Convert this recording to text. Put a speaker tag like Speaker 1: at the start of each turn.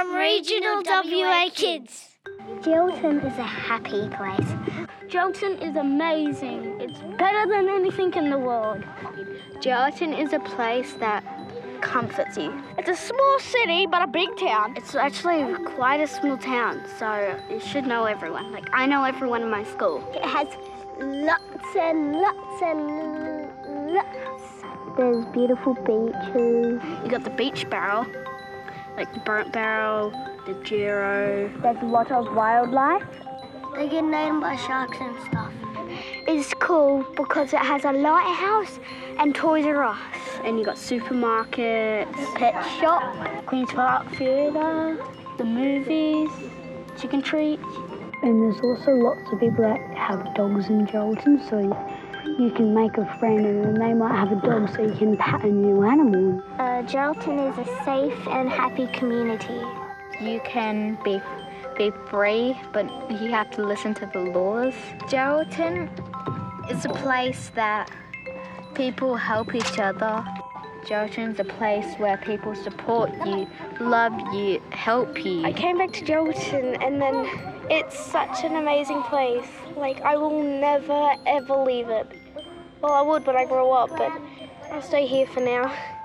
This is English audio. Speaker 1: Regional WA Kids.
Speaker 2: Jolton is a happy place.
Speaker 1: Jolton is amazing. It's better than anything in the world.
Speaker 2: Jolton is a place that comforts you.
Speaker 1: It's a small city, but a big town.
Speaker 2: It's actually quite a small town, so you should know everyone. Like, I know everyone in my school. It has lots and lots and lots. There's beautiful beaches. You got the beach barrel, like the burnt barrel, the Giro.
Speaker 1: There's a lot of wildlife.
Speaker 2: They get eaten by sharks and stuff. It's cool because it has a lighthouse and Toys R Us. And you got supermarkets, pet shop, Queen's Park Theatre, the movies, chicken treats.
Speaker 3: And there's also lots of people that have dogs in Jolton, so you can make a friend and then they might have a dog so you can pet a new animal.
Speaker 2: Uh, Geraldton is a safe and happy community.
Speaker 4: You can be be free, but you have to listen to the laws. Geraldton is a place that people help each other. Geraldton's a place where people support you, love you, help you.
Speaker 1: I came back to Jolton and then it's such an amazing place. Like, I will never ever leave it. Well, I would when I grow up, but I'll stay here for now.